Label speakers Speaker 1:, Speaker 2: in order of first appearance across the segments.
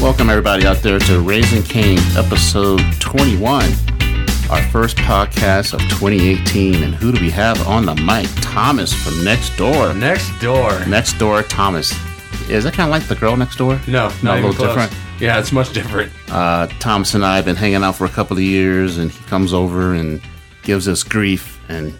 Speaker 1: welcome everybody out there to Raising Cane, episode 21, our first podcast of 2018. And who do we have on the mic? Thomas from Next Door.
Speaker 2: Next door.
Speaker 1: Next Door Thomas. Is that kind of like the girl next door?
Speaker 2: No, not,
Speaker 1: a
Speaker 2: even
Speaker 1: little
Speaker 2: close.
Speaker 1: different.
Speaker 2: Yeah, it's much different.
Speaker 1: Uh, Thomas and I have been hanging out for a couple of years, and he comes over and gives us grief, and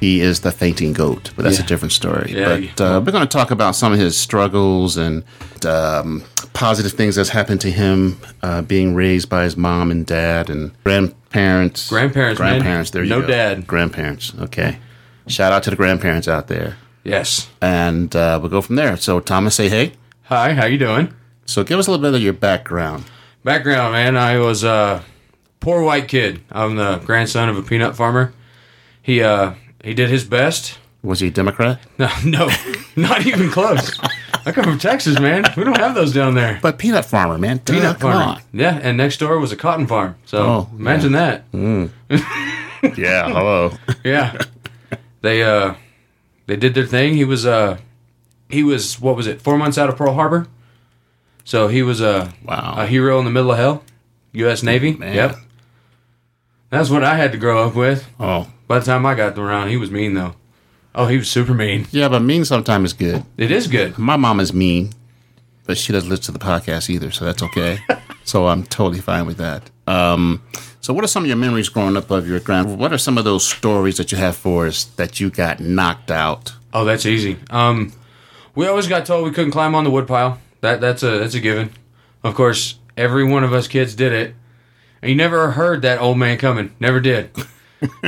Speaker 1: he is the fainting goat. But that's a
Speaker 2: Yeah.
Speaker 1: different story.
Speaker 2: Yeah,
Speaker 1: but uh, we're going to talk about some of his struggles and um, positive things that's happened to him, uh, being raised by his mom and dad and grandparents.
Speaker 2: Grandparents, man.
Speaker 1: grandparents. There you
Speaker 2: No
Speaker 1: go.
Speaker 2: dad.
Speaker 1: Grandparents. Okay. Shout out to the grandparents out there,
Speaker 2: Yes.
Speaker 1: and uh, we'll go from there. So Thomas, say hey.
Speaker 2: Hi, how you doing?
Speaker 1: So give us a little bit of your background.
Speaker 2: Background, man. I was a poor white kid. I'm the grandson of a peanut farmer. He uh he did his best.
Speaker 1: Was he a Democrat?
Speaker 2: No, no, not even close. I come from Texas, man. We don't have those down there.
Speaker 1: But peanut farmer, man. Duh,
Speaker 2: Peanut
Speaker 1: come
Speaker 2: farm.
Speaker 1: on.
Speaker 2: Yeah, and next door was a cotton farm. So
Speaker 1: Oh,
Speaker 2: imagine that.
Speaker 1: Yeah, hello.
Speaker 2: Yeah. they uh they did their thing. He was uh he was what was it, four months out of Pearl Harbor? So he was uh
Speaker 1: Wow.
Speaker 2: a hero in the middle of hell. U.S. Navy.
Speaker 1: Man.
Speaker 2: Yep. That's what I had to grow up with.
Speaker 1: Oh.
Speaker 2: By the time I got around, he was mean though. Oh, he was super mean.
Speaker 1: Yeah, but mean sometimes is good.
Speaker 2: It is good.
Speaker 1: My mom is mean, but she doesn't listen to the podcast either, so that's okay. so I'm totally fine with that. Um, so what are some of your memories growing up of your grand? What are some of those stories that you have for us that you got knocked out?
Speaker 2: Oh, that's easy. Um, we always got told we couldn't climb on the woodpile. That that's a that's a given. Of course, every one of us kids did it, and you never heard that old man coming. Never did.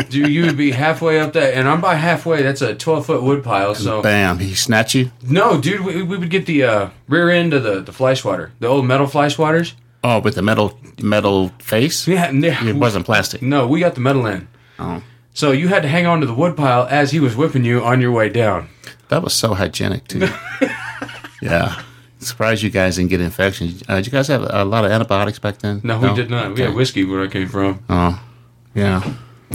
Speaker 2: Do you would be halfway up that, and I'm by halfway. That's a 12 foot woodpile. So
Speaker 1: Bam, he snatched you.
Speaker 2: no, dude, we, we would get the uh, rear end of the the fly swatter, the old metal fly swatters.
Speaker 1: Oh, with the metal metal face.
Speaker 2: Yeah, yeah.
Speaker 1: It wasn't plastic.
Speaker 2: No, we got the metal end.
Speaker 1: Oh.
Speaker 2: So you had to hang on to the woodpile as he was whipping you on your way down.
Speaker 1: That was so hygienic too. yeah. Surprised you guys didn't get infections. Uh, did you guys have a lot of antibiotics back then?
Speaker 2: No, we did not. We had
Speaker 1: Oh, Okay.
Speaker 2: whiskey where I came from.
Speaker 1: Oh, yeah.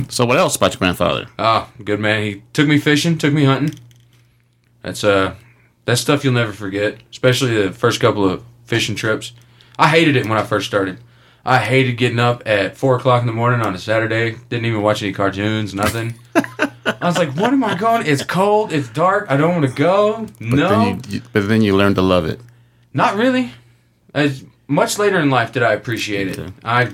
Speaker 1: So what else about your grandfather?
Speaker 2: Ah, good man. He took me fishing, took me hunting. That's uh, that's stuff you'll never forget. Especially the first couple of fishing trips. I hated it when I first started. I hated getting up at four o'clock in the morning on a Saturday. Didn't even watch any cartoons, nothing. I was like, "What am I going? It's cold. It's dark. I don't want to go." no,
Speaker 1: Then you, you- but then you learned to love it.
Speaker 2: Not really. As much later in life did I appreciate it. I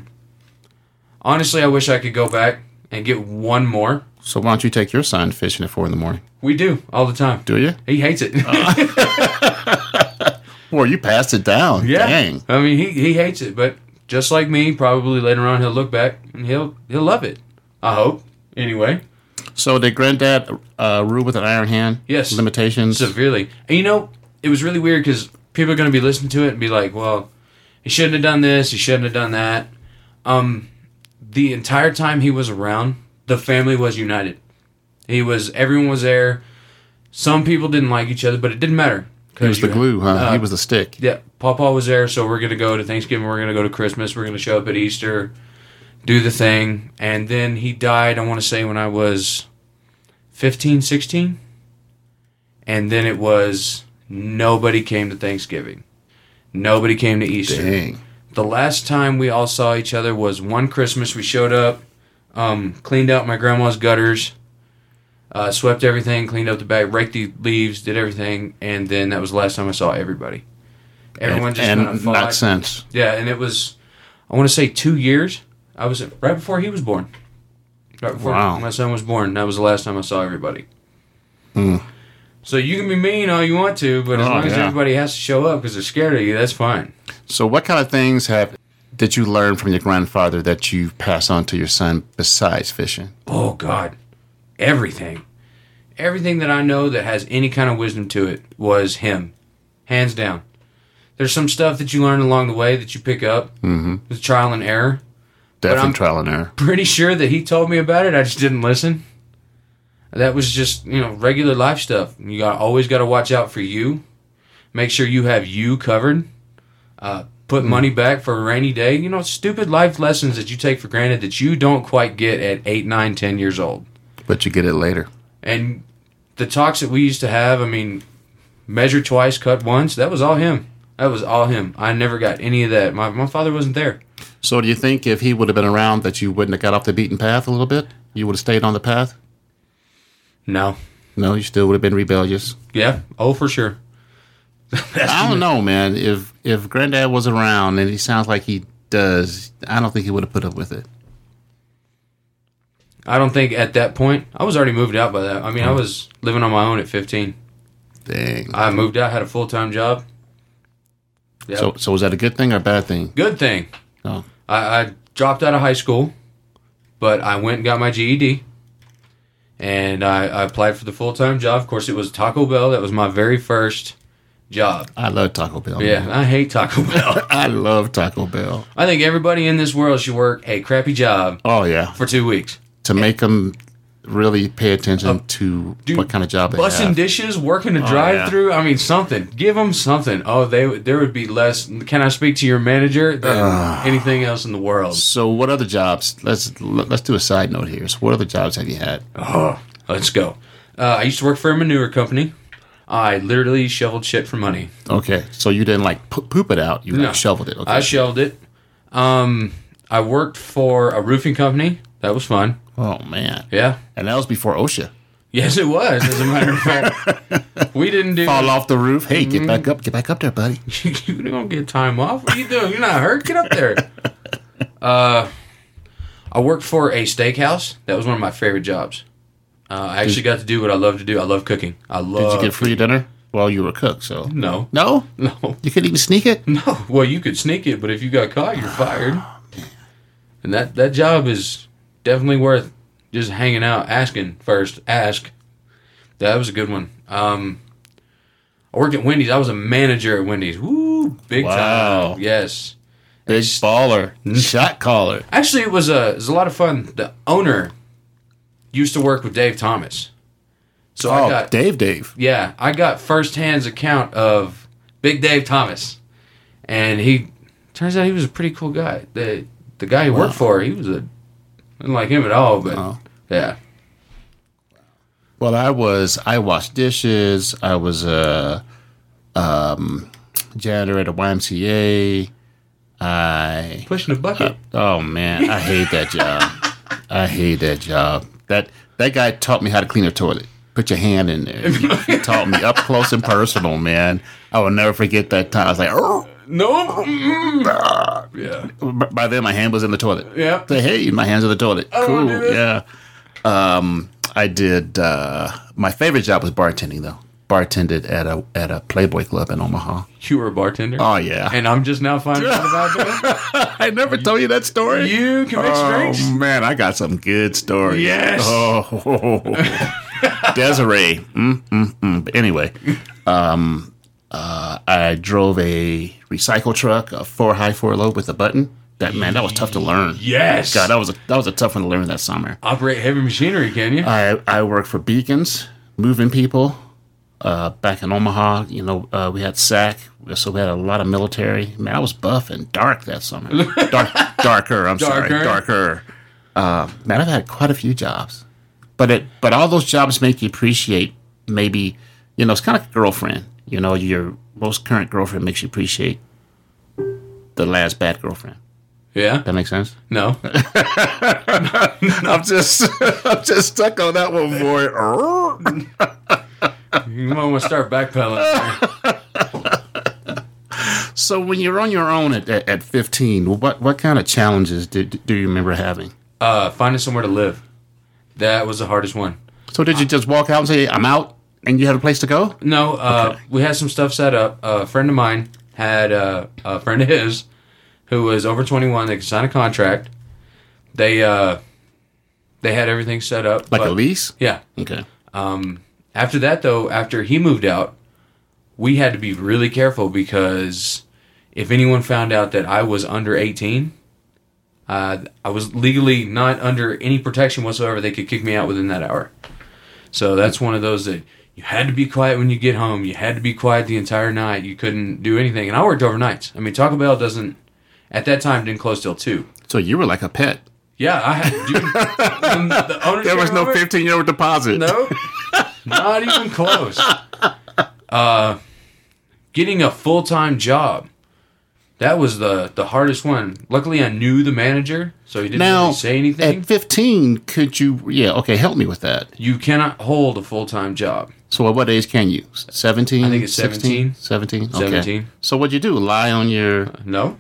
Speaker 2: honestly, I wish I could go back and get one more.
Speaker 1: So why don't you take your son fishing at four in the morning?
Speaker 2: We do all the time.
Speaker 1: Do you?
Speaker 2: He hates it.
Speaker 1: Or you passed it down.
Speaker 2: yeah,
Speaker 1: Dang.
Speaker 2: I mean, he, he hates it, but just like me, probably later on he'll look back and he'll he'll love it. I hope. Anyway,
Speaker 1: So did granddad uh, rule with an iron hand?
Speaker 2: Yes.
Speaker 1: Limitations?
Speaker 2: severely. And you know, it was really weird because people are going to be listening to it and be like, "Well, he shouldn't have done this. He shouldn't have done that." Um, the entire time he was around, the family was united. He was everyone was there. Some people didn't like each other, but it didn't matter.
Speaker 1: he was the glue, huh? he was the stick.
Speaker 2: Yeah, Papa was there, so we're gonna go to Thanksgiving. We're gonna go to Christmas. We're gonna show up at Easter, do the thing, and then he died. I want to say when I was 15, 16, and then it was nobody came to Thanksgiving, nobody came to Easter.
Speaker 1: Dang.
Speaker 2: The last time we all saw each other was one Christmas. We showed up, um, cleaned out my grandma's gutters, uh, swept everything, cleaned up the bag, raked the leaves, did everything, and then that was the last time I saw everybody. Everyone just
Speaker 1: and
Speaker 2: kind of
Speaker 1: not
Speaker 2: fought.
Speaker 1: since.
Speaker 2: Yeah, and it was, I want to say two years. I was right before he was born. Right before
Speaker 1: Wow.
Speaker 2: my son was born. That was the last time I saw everybody. So you can be mean all you want to, but as
Speaker 1: Hmm. Oh,
Speaker 2: long as
Speaker 1: yeah.
Speaker 2: everybody has to show up because they're scared of you, that's fine.
Speaker 1: So what kind of things have did you learn from your grandfather that you pass on to your son besides fishing?
Speaker 2: oh god everything everything that i know that has any kind of wisdom to it was him hands down there's some stuff that you learn along the way that you pick up mm-hmm. with trial and error
Speaker 1: Definitely
Speaker 2: I'm-
Speaker 1: trial and error.
Speaker 2: pretty sure that he told me about it i just didn't listen that was just you know regular life stuff you got always got to watch out for you make sure you have you covered uh, put money back for a rainy day you know stupid life lessons that you take for granted that you don't quite get at eight nine ten years old
Speaker 1: But you get it later.
Speaker 2: and the talks that we used to have, I mean, measure twice, cut once, that was all him. That was all him. I never got any of that. My, my father wasn't there.
Speaker 1: So do you think if he would have been around that you wouldn't have got off the beaten path a little bit? You would have stayed on the path?
Speaker 2: No.
Speaker 1: No, you still would have been rebellious.
Speaker 2: Yeah. Oh, for sure.
Speaker 1: I don't know, man. If if Granddad was around and he sounds like he does, I don't think he would have put up with it.
Speaker 2: I don't think at that point I was already moved out by that. I mean, I was living on my own at 15.
Speaker 1: Dang.
Speaker 2: I moved out, had a full time job. Yeah.
Speaker 1: So so was that a good thing or a bad thing? Oh,
Speaker 2: Good thing.
Speaker 1: No.
Speaker 2: I, I dropped out of high school, but I went and got my GED, and I, I applied for the full time job. Of course, it was Taco Bell. That was my very first job.
Speaker 1: I love Taco Bell.
Speaker 2: Yeah,
Speaker 1: man.
Speaker 2: I hate Taco Bell.
Speaker 1: I love Taco Bell.
Speaker 2: I think everybody in this world should work a crappy job
Speaker 1: Oh yeah.
Speaker 2: for two weeks.
Speaker 1: To make them really pay attention
Speaker 2: Uh,
Speaker 1: to
Speaker 2: dude,
Speaker 1: what kind of job they
Speaker 2: Busting
Speaker 1: have.
Speaker 2: dishes, working a drive-through. I mean, something. Give them something. Oh, they would- there would be less. Can I speak to your manager than anything else in the world?
Speaker 1: so what other jobs? Let's let's do a side note here. So what other jobs have you had?
Speaker 2: Let's go. Uh, I used to work for a manure company. I literally shoveled shit for money.
Speaker 1: Okay, so you didn't like po- poop it out. You
Speaker 2: No.
Speaker 1: like shoveled it. Okay.
Speaker 2: I shelved it. Um, I worked for a roofing company. That was fun.
Speaker 1: oh man,
Speaker 2: Yeah.
Speaker 1: and that was before OSHA.
Speaker 2: Yes, it was. As a matter of fact, we didn't do.
Speaker 1: Fall off the roof. Hey,
Speaker 2: Mm-hmm.
Speaker 1: get back up. Get back up there, buddy.
Speaker 2: you don't get time off. What are you doing? You're not hurt. Get up there. Uh, I worked for a steakhouse. That was one of my favorite jobs. Uh, I actually got to do what I love to do. I love cooking. I love.
Speaker 1: Did you get free dinner? Well, you were a cook, so
Speaker 2: no,
Speaker 1: no,
Speaker 2: no,
Speaker 1: you couldn't even sneak it.
Speaker 2: no. Well, you could sneak it, but if you got caught,
Speaker 1: Oh,
Speaker 2: you're fired. And that that job is definitely worth just hanging out, asking first, ask. That was a good one. Um, I worked at Wendy's. I was a manager at Wendy's. Woo, big
Speaker 1: Wow.
Speaker 2: time. Yes.
Speaker 1: Big baller, shot caller.
Speaker 2: Actually, it was a it was a lot of fun. The owner used to work with Dave Thomas, so I
Speaker 1: Oh,
Speaker 2: got
Speaker 1: Dave, Dave.
Speaker 2: yeah I got firsthand account of Big Dave Thomas, and he turns out he was a pretty cool guy. The the guy he worked for, he was a didn't like him at all, but
Speaker 1: Wow.
Speaker 2: yeah,
Speaker 1: Well, I was. I washed dishes. I was a um, janitor at a YMCA. I
Speaker 2: pushing a bucket.
Speaker 1: Oh man, I hate that job. I hate that job. That that guy taught me how to clean a toilet. Put your hand in there. He taught me up close and personal, man. I will never forget that time. I was like, oh.
Speaker 2: no, mm. yeah,
Speaker 1: B- by then my hand was in the toilet.
Speaker 2: Yeah.
Speaker 1: Say, hey, my hand's in the toilet.
Speaker 2: wanna
Speaker 1: cool.
Speaker 2: do this.
Speaker 1: Yeah. Um, I did. Uh, my favorite job was bartending, though. Bartended at a at a Playboy club in Omaha.
Speaker 2: you were a bartender,
Speaker 1: Oh yeah.
Speaker 2: and I'm just now finding out about
Speaker 1: I never told you that
Speaker 2: that.
Speaker 1: story.
Speaker 2: You can make drinks.
Speaker 1: Oh man, I got some good stories.
Speaker 2: Yes.
Speaker 1: Oh, Desiree. Mm, mm, mm. But anyway, um, uh, I drove a recycle truck, a four high, four low with a button. That man, that was tough to learn.
Speaker 2: Yes,
Speaker 1: God, that was a, that was a tough one to learn that summer.
Speaker 2: operate heavy machinery. Can you?
Speaker 1: I I worked for Beacons, moving people. Uh, back in Omaha, you know, uh, we had SAC, so we had a lot of military. Man, I was buff and dark that summer. Dark, darker. I'm sorry,
Speaker 2: Darker.
Speaker 1: darker. Uh, man, I've had quite a few jobs, but it but all those jobs make you appreciate maybe you know it's kind of like a girlfriend. You know, your most current girlfriend makes you appreciate the last bad girlfriend.
Speaker 2: yeah.
Speaker 1: That makes sense.
Speaker 2: No.
Speaker 1: I'm just I'm just stuck on that one, boy.
Speaker 2: You might want to start backpedaling.
Speaker 1: So when you're on your own at, at, at 15, what what kind of challenges did do you remember having?
Speaker 2: Uh, finding somewhere to live. That was the hardest one.
Speaker 1: So did you
Speaker 2: Uh,
Speaker 1: just walk out and say I'm out, and you had a place to go?
Speaker 2: No, uh, we had some stuff set up. a friend of mine had uh, a friend of his who was over 21. They could sign a contract. They uh, they had everything set up.
Speaker 1: Like
Speaker 2: but-
Speaker 1: a lease?
Speaker 2: Yeah.
Speaker 1: Okay.
Speaker 2: After that, though, after he moved out, we had to be really careful because if anyone found out that I was under 18, uh, I was legally not under any protection whatsoever. They could kick me out within that hour. So that's one of those that you had to be quiet when you get home. You had to be quiet the entire night. You couldn't do anything. And I worked overnights. I mean, Taco Bell doesn't, at that time, didn't close till 2.
Speaker 1: So you were like a pet.
Speaker 2: Yeah, I had, dude, when the owners
Speaker 1: There
Speaker 2: came
Speaker 1: was no
Speaker 2: over-
Speaker 1: 15 year old deposit.
Speaker 2: no, not even close. Uh, Getting a full time job. That was the the hardest one. Luckily, I knew the manager, so he didn't
Speaker 1: Now,
Speaker 2: really say anything.
Speaker 1: at 15, could you? Yeah, okay, help me with that.
Speaker 2: you cannot hold a full time job.
Speaker 1: So, at what age can you? 17?
Speaker 2: I think it's
Speaker 1: 16? 17? Okay.
Speaker 2: 17.
Speaker 1: So, what'd you do? Lie on your.
Speaker 2: No,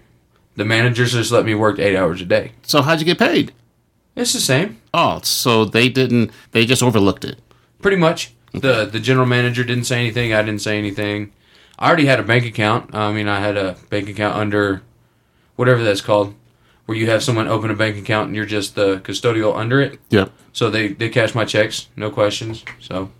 Speaker 2: the managers just let me work eight hours a day.
Speaker 1: So, how'd you get paid?
Speaker 2: It's the same,
Speaker 1: Oh, so they didn't. They just overlooked it.
Speaker 2: pretty much. the The general manager didn't say anything. I didn't say anything. I already had a bank account. I mean, I had a bank account under whatever that's called, where you have someone open a bank account and you're just the custodial under it.
Speaker 1: Yep.
Speaker 2: So they they cash my checks, no questions. So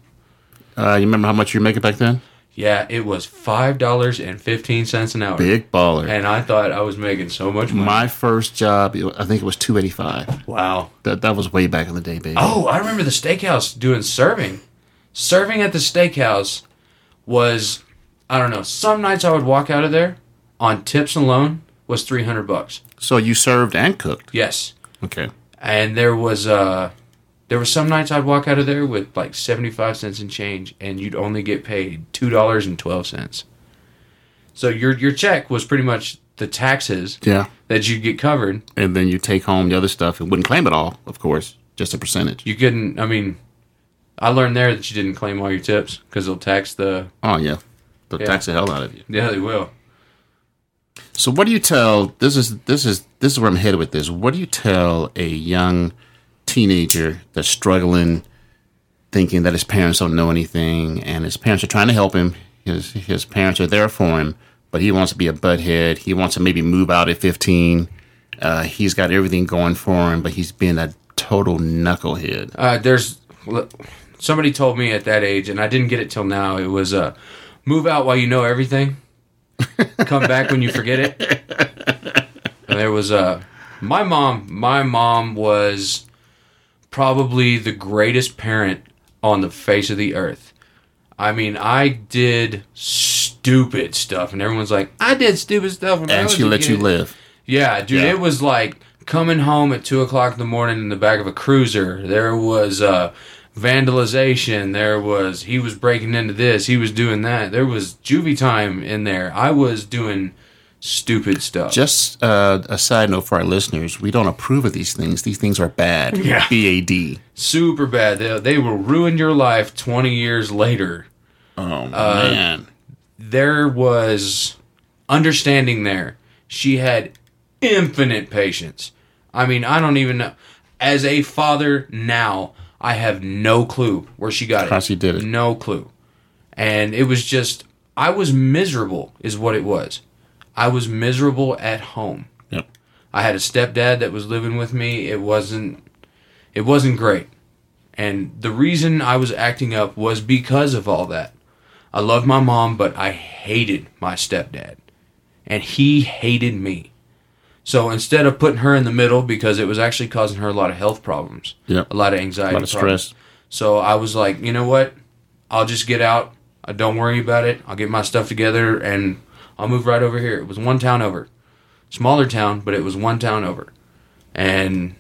Speaker 1: Uh, you remember how much you were making back then?
Speaker 2: yeah, it was five dollars and fifteen cents an hour,
Speaker 1: Big baller.
Speaker 2: and I thought I was making so much money.
Speaker 1: My first job, it wa- I think it was 285.
Speaker 2: Wow.
Speaker 1: That that was way back in the day, baby.
Speaker 2: Oh, I remember the steakhouse doing serving. Serving at the steakhouse was, I don't know. Some nights I would walk out of there on tips alone was three hundred bucks.
Speaker 1: So you served and cooked.
Speaker 2: Yes,
Speaker 1: Okay.
Speaker 2: and there was uh, there were some nights I'd walk out of there with like seventy five cents in change, and you'd only get paid two dollars and twelve cents. So your your check was pretty much the taxes
Speaker 1: Yeah.
Speaker 2: that you'd get covered.
Speaker 1: And then you take home the other stuff and wouldn't claim it all, of course, just a percentage.
Speaker 2: You couldn't. I mean, I learned there that you didn't claim all your tips because they'll tax the
Speaker 1: Oh yeah. They'll
Speaker 2: Yeah.
Speaker 1: tax the hell out of you.
Speaker 2: Yeah, they will.
Speaker 1: So what do you tell this is this is this is where I'm headed with this. What do you tell a young teenager that's struggling thinking that his parents don't know anything and his parents are trying to help him. His his parents are there for him, but he wants to be a butthead. He wants to maybe move out at 15. Uh, he's got everything going for him, but he's being a total knucklehead.
Speaker 2: Uh, there's somebody told me at that age, and I didn't get it till now. It was uh, move out while you know everything, come back when you forget it. And there was uh, my mom. My mom was probably the greatest parent on the face of the earth. I mean, I did stupid stuff, and everyone's like, "I did stupid stuff," when I
Speaker 1: And
Speaker 2: was
Speaker 1: she
Speaker 2: a
Speaker 1: let you
Speaker 2: kid."
Speaker 1: live.
Speaker 2: Yeah, dude,
Speaker 1: Yeah.
Speaker 2: it was like coming home at two o'clock in the morning in the back of a cruiser. There was uh, vandalization. There was he was breaking into this. He was doing that. There was juvie time in there. I was doing stupid stuff.
Speaker 1: Just uh, a side note for our listeners: we don't approve of these things. These things are bad.
Speaker 2: Yeah.
Speaker 1: B A D.
Speaker 2: Super bad. They, they will ruin your life twenty years later.
Speaker 1: Oh
Speaker 2: Uh,
Speaker 1: man.
Speaker 2: There was understanding there. She had infinite patience. I mean, I don't even know. As a father now, I have no clue where she got it.
Speaker 1: How she did it.
Speaker 2: No clue. And it was just, I was miserable, is what it was. I was miserable at home.
Speaker 1: Yep.
Speaker 2: I had a stepdad that was living with me. It wasn't, it wasn't great. And the reason I was acting up was because of all that. I loved my mom, but I hated my stepdad. And he hated me. So instead of putting her in the middle, because it was actually causing her a lot of health problems,
Speaker 1: Yep.
Speaker 2: a lot of anxiety,
Speaker 1: A lot of
Speaker 2: problems.
Speaker 1: stress.
Speaker 2: So I was like, you know what? I'll just get out. I don't worry about it. I'll get my stuff together and I'll move right over here. It was one town over. Smaller town, but it was one town over. And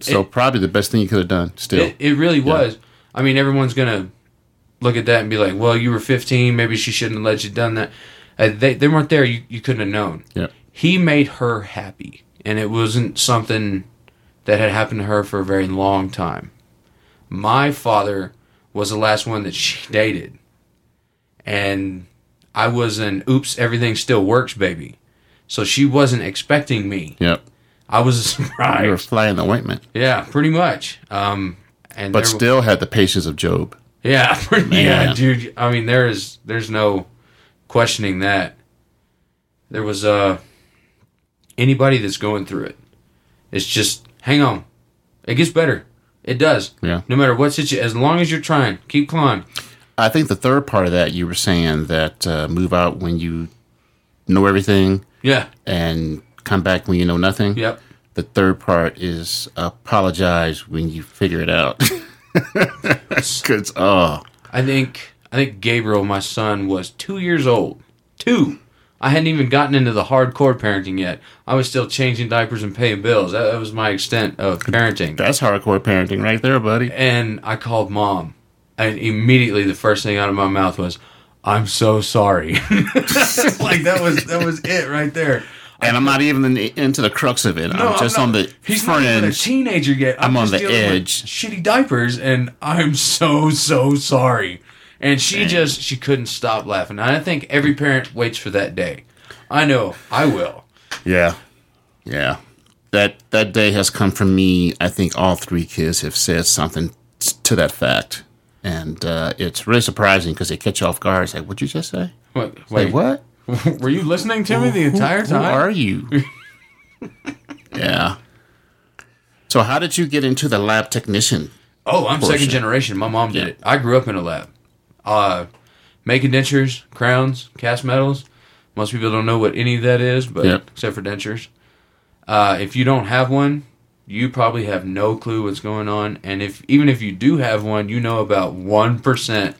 Speaker 1: So probably the best thing you could have done. Still.
Speaker 2: it, it really was. I mean, everyone's going to look at that and be like, well, you were 15. Maybe she shouldn't have let you done that. Uh, they, they weren't there. You, you couldn't have known.
Speaker 1: yep.
Speaker 2: He made her happy. And it wasn't something that had happened to her for a very long time. My father was the last one that she dated. And I was an oops, everything still works baby. So she wasn't expecting me.
Speaker 1: Yep.
Speaker 2: I was a surprise.
Speaker 1: You were a fly in the ointment,
Speaker 2: Yeah, pretty much. Um, and
Speaker 1: but
Speaker 2: there-
Speaker 1: still had the patience of Job.
Speaker 2: yeah, pretty- yeah,
Speaker 1: Man.
Speaker 2: dude. I mean, there is there's no questioning that. There was uh anybody that's going through it. It's just hang on. It gets better. It does.
Speaker 1: Yeah.
Speaker 2: No matter what situation, as long as you're trying, keep climbing.
Speaker 1: I think the third part of that you were saying that uh, move out when you know everything
Speaker 2: Yeah.
Speaker 1: and come back when you know nothing.
Speaker 2: Yep.
Speaker 1: The third part is apologize when you figure it out. 'Cause, oh,
Speaker 2: I think I think Gabriel, my son, was two years old. Two. I hadn't even gotten into the hardcore parenting yet. I was still changing diapers and paying bills. That, that was my extent of parenting.
Speaker 1: that's hardcore parenting right there, buddy.
Speaker 2: and I called mom, and immediately the first thing out of my mouth was, I'm so sorry. like that was that was it right there.
Speaker 1: And I'm not even in the, into the crux of it.
Speaker 2: No,
Speaker 1: I'm just
Speaker 2: not-
Speaker 1: on the
Speaker 2: he's not even a
Speaker 1: fringe.
Speaker 2: teenager yet. I'm,
Speaker 1: I'm on
Speaker 2: just
Speaker 1: the
Speaker 2: dealing with
Speaker 1: edge.
Speaker 2: Shitty diapers, and I'm so so sorry. And she just she couldn't stop laughing. And I think every parent waits for that day. I know I will.
Speaker 1: Yeah, yeah. That that day has come for me. I think all three kids have said something t- to that fact, and uh, it's really surprising because they catch you off guard. It's like, what'd you just say?
Speaker 2: Wait,
Speaker 1: Wait,
Speaker 2: wait
Speaker 1: what?
Speaker 2: Were you listening to me the entire
Speaker 1: Who
Speaker 2: time?
Speaker 1: are you? yeah. So how did you get into the lab technician?
Speaker 2: Oh, I'm second
Speaker 1: Portion.
Speaker 2: generation. My mom did
Speaker 1: Yeah.
Speaker 2: it. I grew up in a lab. Uh, making dentures, crowns, cast metals. Most people don't know what any of that is, but
Speaker 1: Yep.
Speaker 2: except for dentures. Uh, if you don't have one, you probably have no clue what's going on. And if even if you do have one, you know about one percent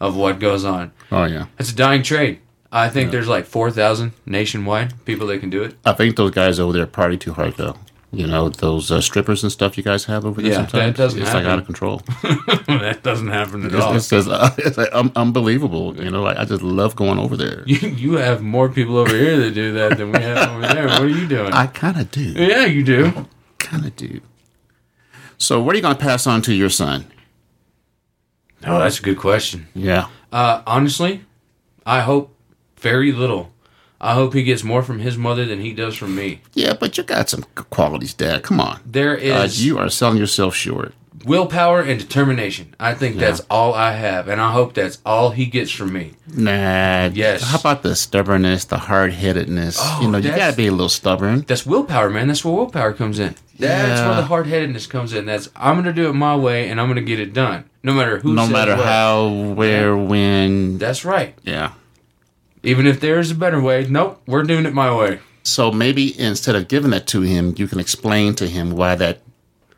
Speaker 2: of what goes on.
Speaker 1: Oh yeah,
Speaker 2: It's a dying trade. I think there's like four thousand nationwide people that can do it.
Speaker 1: I think those guys over there party too hard though. You know those uh, strippers and stuff you guys have over there.
Speaker 2: Yeah, that
Speaker 1: sometimes?
Speaker 2: doesn't
Speaker 1: It's
Speaker 2: happen.
Speaker 1: like out of control.
Speaker 2: that doesn't happen at all.
Speaker 1: It's, it's, just- it's like, um, unbelievable. You know, like I just love going over there.
Speaker 2: You, you have more people over here that do that than we have over there. What are you doing?
Speaker 1: I kind of do.
Speaker 2: Yeah, you do.
Speaker 1: Kind of do. So, what are you going to pass on to your son?
Speaker 2: Oh, that's a good question.
Speaker 1: Yeah.
Speaker 2: Uh, honestly, I hope very little. I hope he gets more from his mother than he does from me.
Speaker 1: Yeah, but you got some c- qualities, Dad. Come on.
Speaker 2: There
Speaker 1: Uh,
Speaker 2: is
Speaker 1: you are selling yourself short.
Speaker 2: willpower and determination. I think that's all I have, and I hope that's all he gets from me.
Speaker 1: Nah.
Speaker 2: Yes. Oh,
Speaker 1: How about the stubbornness, the hard headedness? you know, you
Speaker 2: that's-
Speaker 1: got to be a little stubborn.
Speaker 2: That's willpower, man. That's where willpower comes in. That's
Speaker 1: Yeah.
Speaker 2: where the hard headedness comes in. That's I'm gonna do it my way, and I'm gonna get it done, no matter who.
Speaker 1: No
Speaker 2: says
Speaker 1: matter
Speaker 2: what.
Speaker 1: how, where, when.
Speaker 2: That's right.
Speaker 1: Yeah.
Speaker 2: Even if there's a better way, nope, we're doing it my way.
Speaker 1: So maybe instead of giving that to him, you can explain to him why that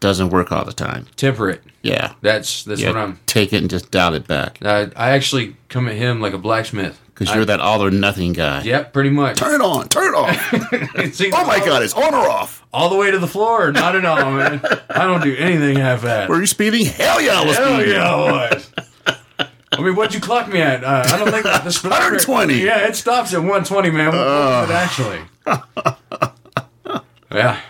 Speaker 1: doesn't work all the time.
Speaker 2: Temper it.
Speaker 1: Yeah.
Speaker 2: That's that's
Speaker 1: Yeah,
Speaker 2: what I'm.
Speaker 1: take it and just dial it back
Speaker 2: I, I actually come at him like a blacksmith.
Speaker 1: because you're that all or nothing guy.
Speaker 2: Yep, pretty much.
Speaker 1: Turn it on, turn it off.
Speaker 2: It's either
Speaker 1: oh my God, it's on or off.
Speaker 2: All the way to the floor, not at all, man. I don't do anything half-assed.
Speaker 1: Were you speeding? Hell yeah, I was
Speaker 2: Hell
Speaker 1: speeding.
Speaker 2: yeah, I was. I mean, what'd you clock me at? Uh, I don't think the speedometer-
Speaker 1: 120.
Speaker 2: Yeah, it stops at 120, man. What was it actually? yeah,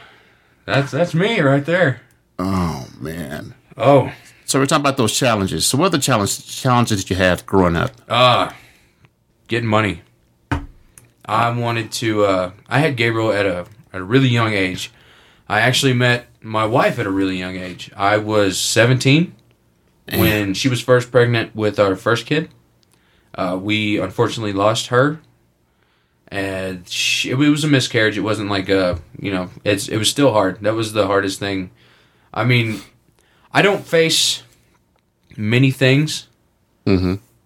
Speaker 2: that's that's me right there.
Speaker 1: Oh man.
Speaker 2: Oh,
Speaker 1: So we're talking about those challenges. So what are the challenge, challenges that you have growing up?
Speaker 2: Uh getting money. I wanted to uh I had Gabriel at a at a really young age. I actually met my wife at a really young age. I was 17 when she was first pregnant with our first kid. Uh, we unfortunately lost her, and she, it was a miscarriage. It wasn't like a you know it's it was still hard. That was the hardest thing. I mean, I don't face many things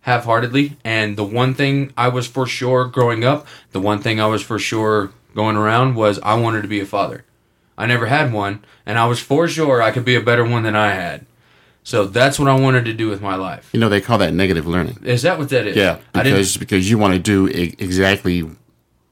Speaker 2: half heartedly. And the one thing I was for sure growing up, the one thing I was for sure going around was I wanted to be a father. I never had one, and I was for sure I could be a better one than I had. So that's what I wanted to do with my life.
Speaker 1: You know they call that negative learning.
Speaker 2: Is that what that is?
Speaker 1: Yeah,
Speaker 2: I didn't
Speaker 1: because because you want to do e- exactly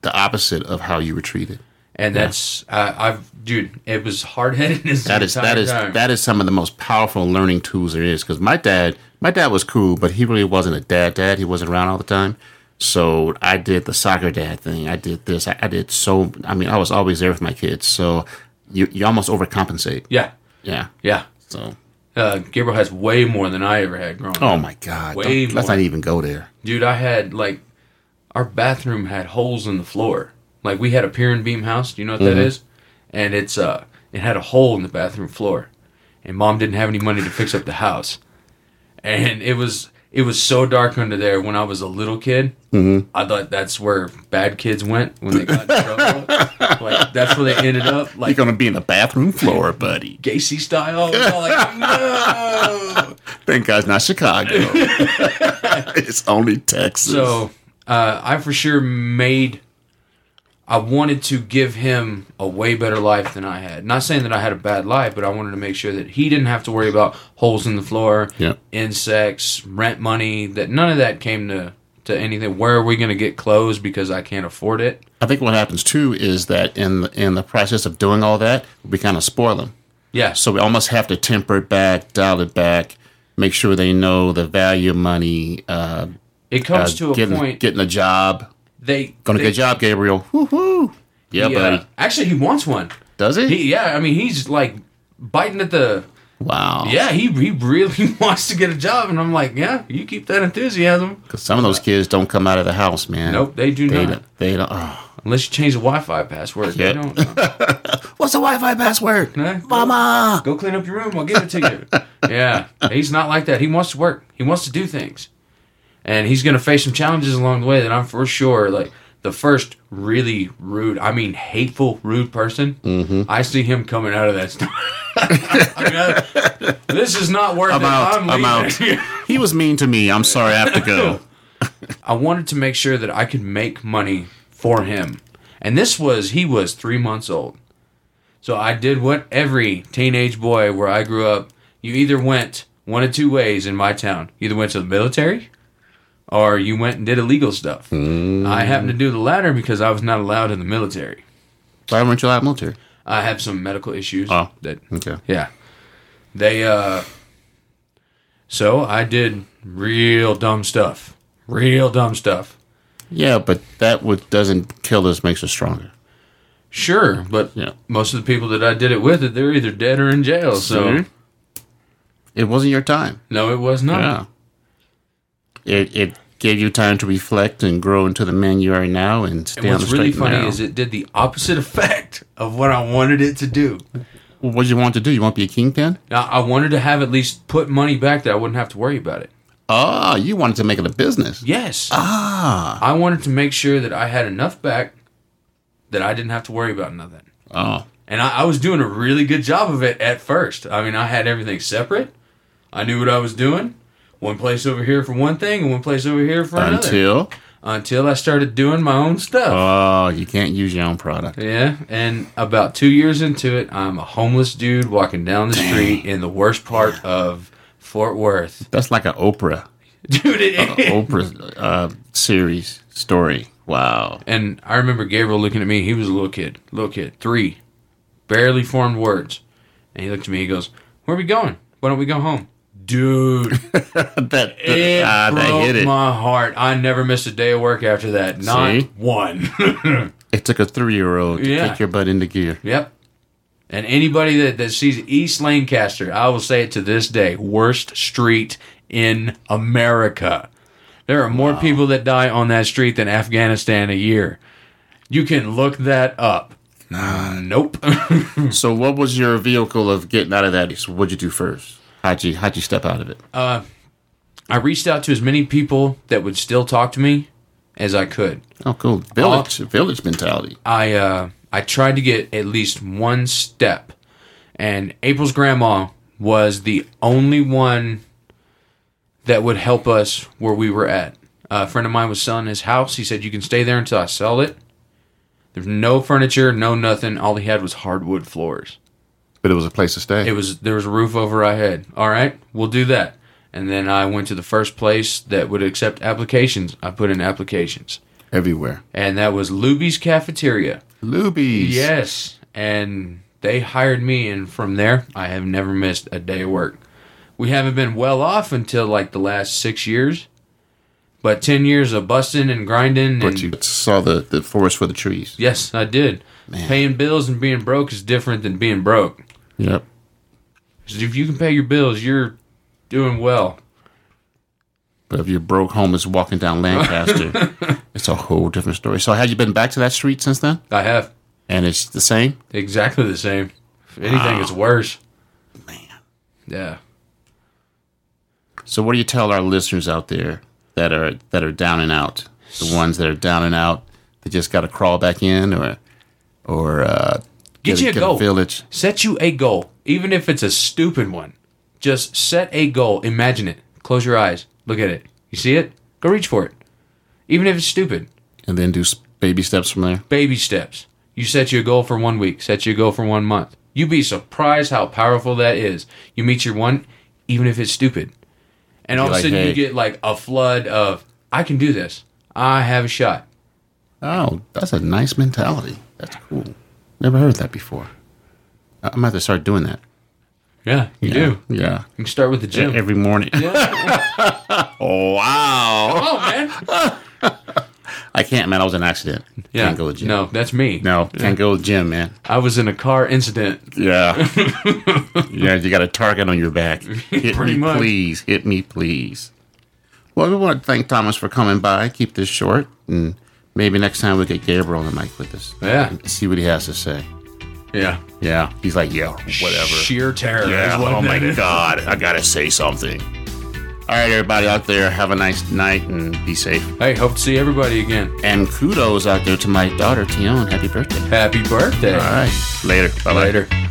Speaker 1: the opposite of how you were treated.
Speaker 2: and that's uh, I've dude, it was hard headedness.
Speaker 1: That is that is
Speaker 2: time.
Speaker 1: that is some of the most powerful learning tools there is. Because my dad, my dad was cool, but he really wasn't a dad. Dad, he wasn't around all the time. So I did the soccer dad thing. I did this. I, I did so. I mean, I was always there with my kids. So you you almost overcompensate.
Speaker 2: yeah,
Speaker 1: Yeah.
Speaker 2: yeah.
Speaker 1: So
Speaker 2: Uh, Gabriel has way more than I ever had growing up.
Speaker 1: oh my god,
Speaker 2: Way
Speaker 1: don't- let's
Speaker 2: more.
Speaker 1: not even go there.
Speaker 2: Dude, I had like our bathroom had holes in the floor. Like we had a pier and beam house. Do you know what that is? And it's uh, it had a hole in the bathroom floor, and mom didn't have any money to fix up the house, and it was it was so dark under there when I was a little kid. Mm-hmm. I thought that's where bad kids went when they got in trouble. like that's where they ended up. Like
Speaker 1: You're gonna be in the bathroom floor, buddy.
Speaker 2: Gacy style. It was all like, no.
Speaker 1: Thank God's not Chicago. it's only Texas.
Speaker 2: So uh, I for sure made. I wanted to give him a way better life than I had. Not saying that I had a bad life, but I wanted to make sure that he didn't have to worry about holes in the floor,
Speaker 1: Yeah.
Speaker 2: insects, rent money. That none of that came to to anything. Where are we going to get clothes because I can't afford it?
Speaker 1: I think what happens too is that in the, in the process of doing all that, we kind of spoil them.
Speaker 2: Yeah,
Speaker 1: So we almost have to temper it back, dial it back, make sure they know the value of money, uh,
Speaker 2: It comes
Speaker 1: Uh,
Speaker 2: to a
Speaker 1: getting,
Speaker 2: point
Speaker 1: Getting a job.
Speaker 2: they
Speaker 1: Gonna
Speaker 2: they,
Speaker 1: get a job, Gabriel. Woohoo! Yeah,
Speaker 2: he, uh,
Speaker 1: buddy.
Speaker 2: actually, he wants one.
Speaker 1: Does he?
Speaker 2: He yeah, I mean he's like biting at the
Speaker 1: wow.
Speaker 2: yeah. He he really wants to get a job, and I'm like yeah, you keep that enthusiasm.
Speaker 1: Because some of those kids don't come out of the house, man.
Speaker 2: Nope, they do
Speaker 1: They
Speaker 2: not
Speaker 1: don't. They don't. Oh.
Speaker 2: unless you change the Wi-Fi password.
Speaker 1: Yeah.
Speaker 2: They don't. Uh, no.
Speaker 1: What's the Wi-Fi password?
Speaker 2: No.
Speaker 1: Mama.
Speaker 2: Go clean up your room. I'll give it to you. yeah, he's not like that. He wants to work. He wants to do things, and he's gonna face some challenges along the way that I'm for sure like. The first really rude, I mean hateful, rude person.
Speaker 1: Mm-hmm.
Speaker 2: I see him coming out of that store. I mean, I- this is not worth
Speaker 1: I'm
Speaker 2: it.
Speaker 1: out.
Speaker 2: I'm,
Speaker 1: I'm
Speaker 2: leaving.
Speaker 1: He was mean to me. I'm sorry. I have to go.
Speaker 2: I wanted to make sure that I could make money for him. And this was, he was three months old. So I did what every teenage boy where I grew up, you either went one of two ways in my town. You either went to the military or you went and did illegal stuff. I happened to do the latter because I was not allowed in the military.
Speaker 1: Why weren't you out military?
Speaker 2: I have some medical issues
Speaker 1: Oh.
Speaker 2: that
Speaker 1: Okay.
Speaker 2: yeah. They uh so I did real dumb stuff. Real dumb stuff.
Speaker 1: Yeah, but that what doesn't kill us makes us stronger.
Speaker 2: Sure, but
Speaker 1: Yeah.
Speaker 2: most of the people that I did it with, they're either dead or in jail. So
Speaker 1: See? It wasn't your time.
Speaker 2: no, it was not.
Speaker 1: Yeah. It it gave you time to reflect and grow into the man you are now and stay
Speaker 2: And
Speaker 1: on the
Speaker 2: what's really
Speaker 1: straight and
Speaker 2: funny
Speaker 1: narrow.
Speaker 2: is it did the opposite effect of what I wanted it to do.
Speaker 1: Well, what do you want to do? You want to be a kingpin?
Speaker 2: Now I wanted to have at least put money back that I wouldn't have to worry about it.
Speaker 1: Ah, you wanted to make it a business.
Speaker 2: Yes,
Speaker 1: Ah.
Speaker 2: I wanted to make sure that I had enough back that I didn't have to worry about nothing.
Speaker 1: Oh.
Speaker 2: And I, I was doing a really good job of it at first. I mean, I had everything separate. I knew what I was doing. One place over here for one thing, and one place over here for another.
Speaker 1: Until
Speaker 2: until I started doing my own stuff.
Speaker 1: oh, you can't use your own product.
Speaker 2: yeah, and about two years into it, I'm a homeless dude walking down the street in the worst part of Fort Worth.
Speaker 1: That's like an Oprah
Speaker 2: Dude, it,
Speaker 1: Oprah uh, series story. Wow.
Speaker 2: and I remember Gabriel looking at me. He was a little kid, little kid, three, barely formed words. And he looked at me. He goes, "Where are we going? Why don't we go home?" Dude,
Speaker 1: that that,
Speaker 2: it
Speaker 1: ah, that
Speaker 2: broke
Speaker 1: hit it.
Speaker 2: my heart. I never missed a day of work after that. Not
Speaker 1: See?
Speaker 2: one.
Speaker 1: it took a three year old to
Speaker 2: Yeah.
Speaker 1: kick your butt into gear.
Speaker 2: Yep. And anybody that, that sees East Lancaster, I will say it to this day, worst street in America. There are more people that die on that street than Afghanistan a year. You can look that up. Nope.
Speaker 1: So, what was your vehicle of getting out of that? So what'd you do first? How'd you how'd you step out of it?
Speaker 2: I reached out to as many people that would still talk to me as I could.
Speaker 1: oh, cool. Village village mentality.
Speaker 2: I uh, I tried to get at least one step, and April's grandma was the only one that would help us where we were at. a friend of mine was selling his house. He said, "You can stay there until I sell it." There's no furniture, no nothing. All he had was hardwood floors.
Speaker 1: But it was a place to stay.
Speaker 2: It was there was a roof over our head. All right, we'll do that. And then I went to the first place that would accept applications. I put in applications,
Speaker 1: Everywhere.
Speaker 2: and that was Luby's Cafeteria.
Speaker 1: Lubies.
Speaker 2: Yes, and they hired me, and from there, I have never missed a day of work. We haven't been well off until like the last six years, but ten years of busting and grinding.
Speaker 1: But
Speaker 2: And
Speaker 1: you saw the, the forest for the trees.
Speaker 2: yes, I did. Paying bills and being broke is different than being broke.
Speaker 1: Yep.
Speaker 2: 'Cause if you can pay your bills, you're doing well.
Speaker 1: But if you're broke homeless walking down Lancaster, it's a whole different story. So have you been back to that street since then?
Speaker 2: I have
Speaker 1: And it's the same?
Speaker 2: exactly the same. If anything, it's worse.
Speaker 1: Man.
Speaker 2: Yeah.
Speaker 1: So what do you tell our listeners out there that are that are down and out? The ones that are down and out that just gotta crawl back in or or uh
Speaker 2: Get you a goal.
Speaker 1: village.
Speaker 2: Set you a goal, even if it's a stupid one. Just set a goal. Imagine it. Close your eyes. Look at it. You see it? Go reach for it. Even if it's stupid.
Speaker 1: and then do s- baby steps from there.
Speaker 2: Baby steps. You set your goal for one week, set your goal for one month. You'd be surprised how powerful that is. You meet your one, even if it's stupid. And all of a
Speaker 1: like,
Speaker 2: sudden,
Speaker 1: hey.
Speaker 2: you get like a flood of, I can do this. I have a shot.
Speaker 1: Oh, that's a nice mentality. That's cool. Never heard that before. I- I'm gonna have to start doing that.
Speaker 2: Yeah, you do. You
Speaker 1: Yeah.
Speaker 2: can start with the gym.
Speaker 1: Every morning.
Speaker 2: yeah.
Speaker 1: Oh, wow.
Speaker 2: Oh man.
Speaker 1: I can't, man. I was in an accident.
Speaker 2: Yeah.
Speaker 1: Can't go to the gym.
Speaker 2: No, that's me.
Speaker 1: No, can't go to the gym, man.
Speaker 2: I was in a car incident.
Speaker 1: Yeah. yeah, you got a target on your back. Hit
Speaker 2: Pretty
Speaker 1: me,
Speaker 2: much.
Speaker 1: please. Hit me, please. Well, we want to thank Thomas for coming by. Keep this short. And maybe next time we get Gabriel on the mic with us.
Speaker 2: Yeah.
Speaker 1: See what he has to say.
Speaker 2: Yeah.
Speaker 1: Yeah. He's like, yeah, whatever.
Speaker 2: Sheer terror.
Speaker 1: Yeah.
Speaker 2: Is what
Speaker 1: Oh, my
Speaker 2: that is.
Speaker 1: God. I got to say something. All right, everybody out there, have a nice night and be safe.
Speaker 2: Hey, hope to see everybody again.
Speaker 1: And kudos out there to my daughter, Tion. Happy birthday.
Speaker 2: Happy birthday.
Speaker 1: All right. Later. Bye-bye.
Speaker 2: Later.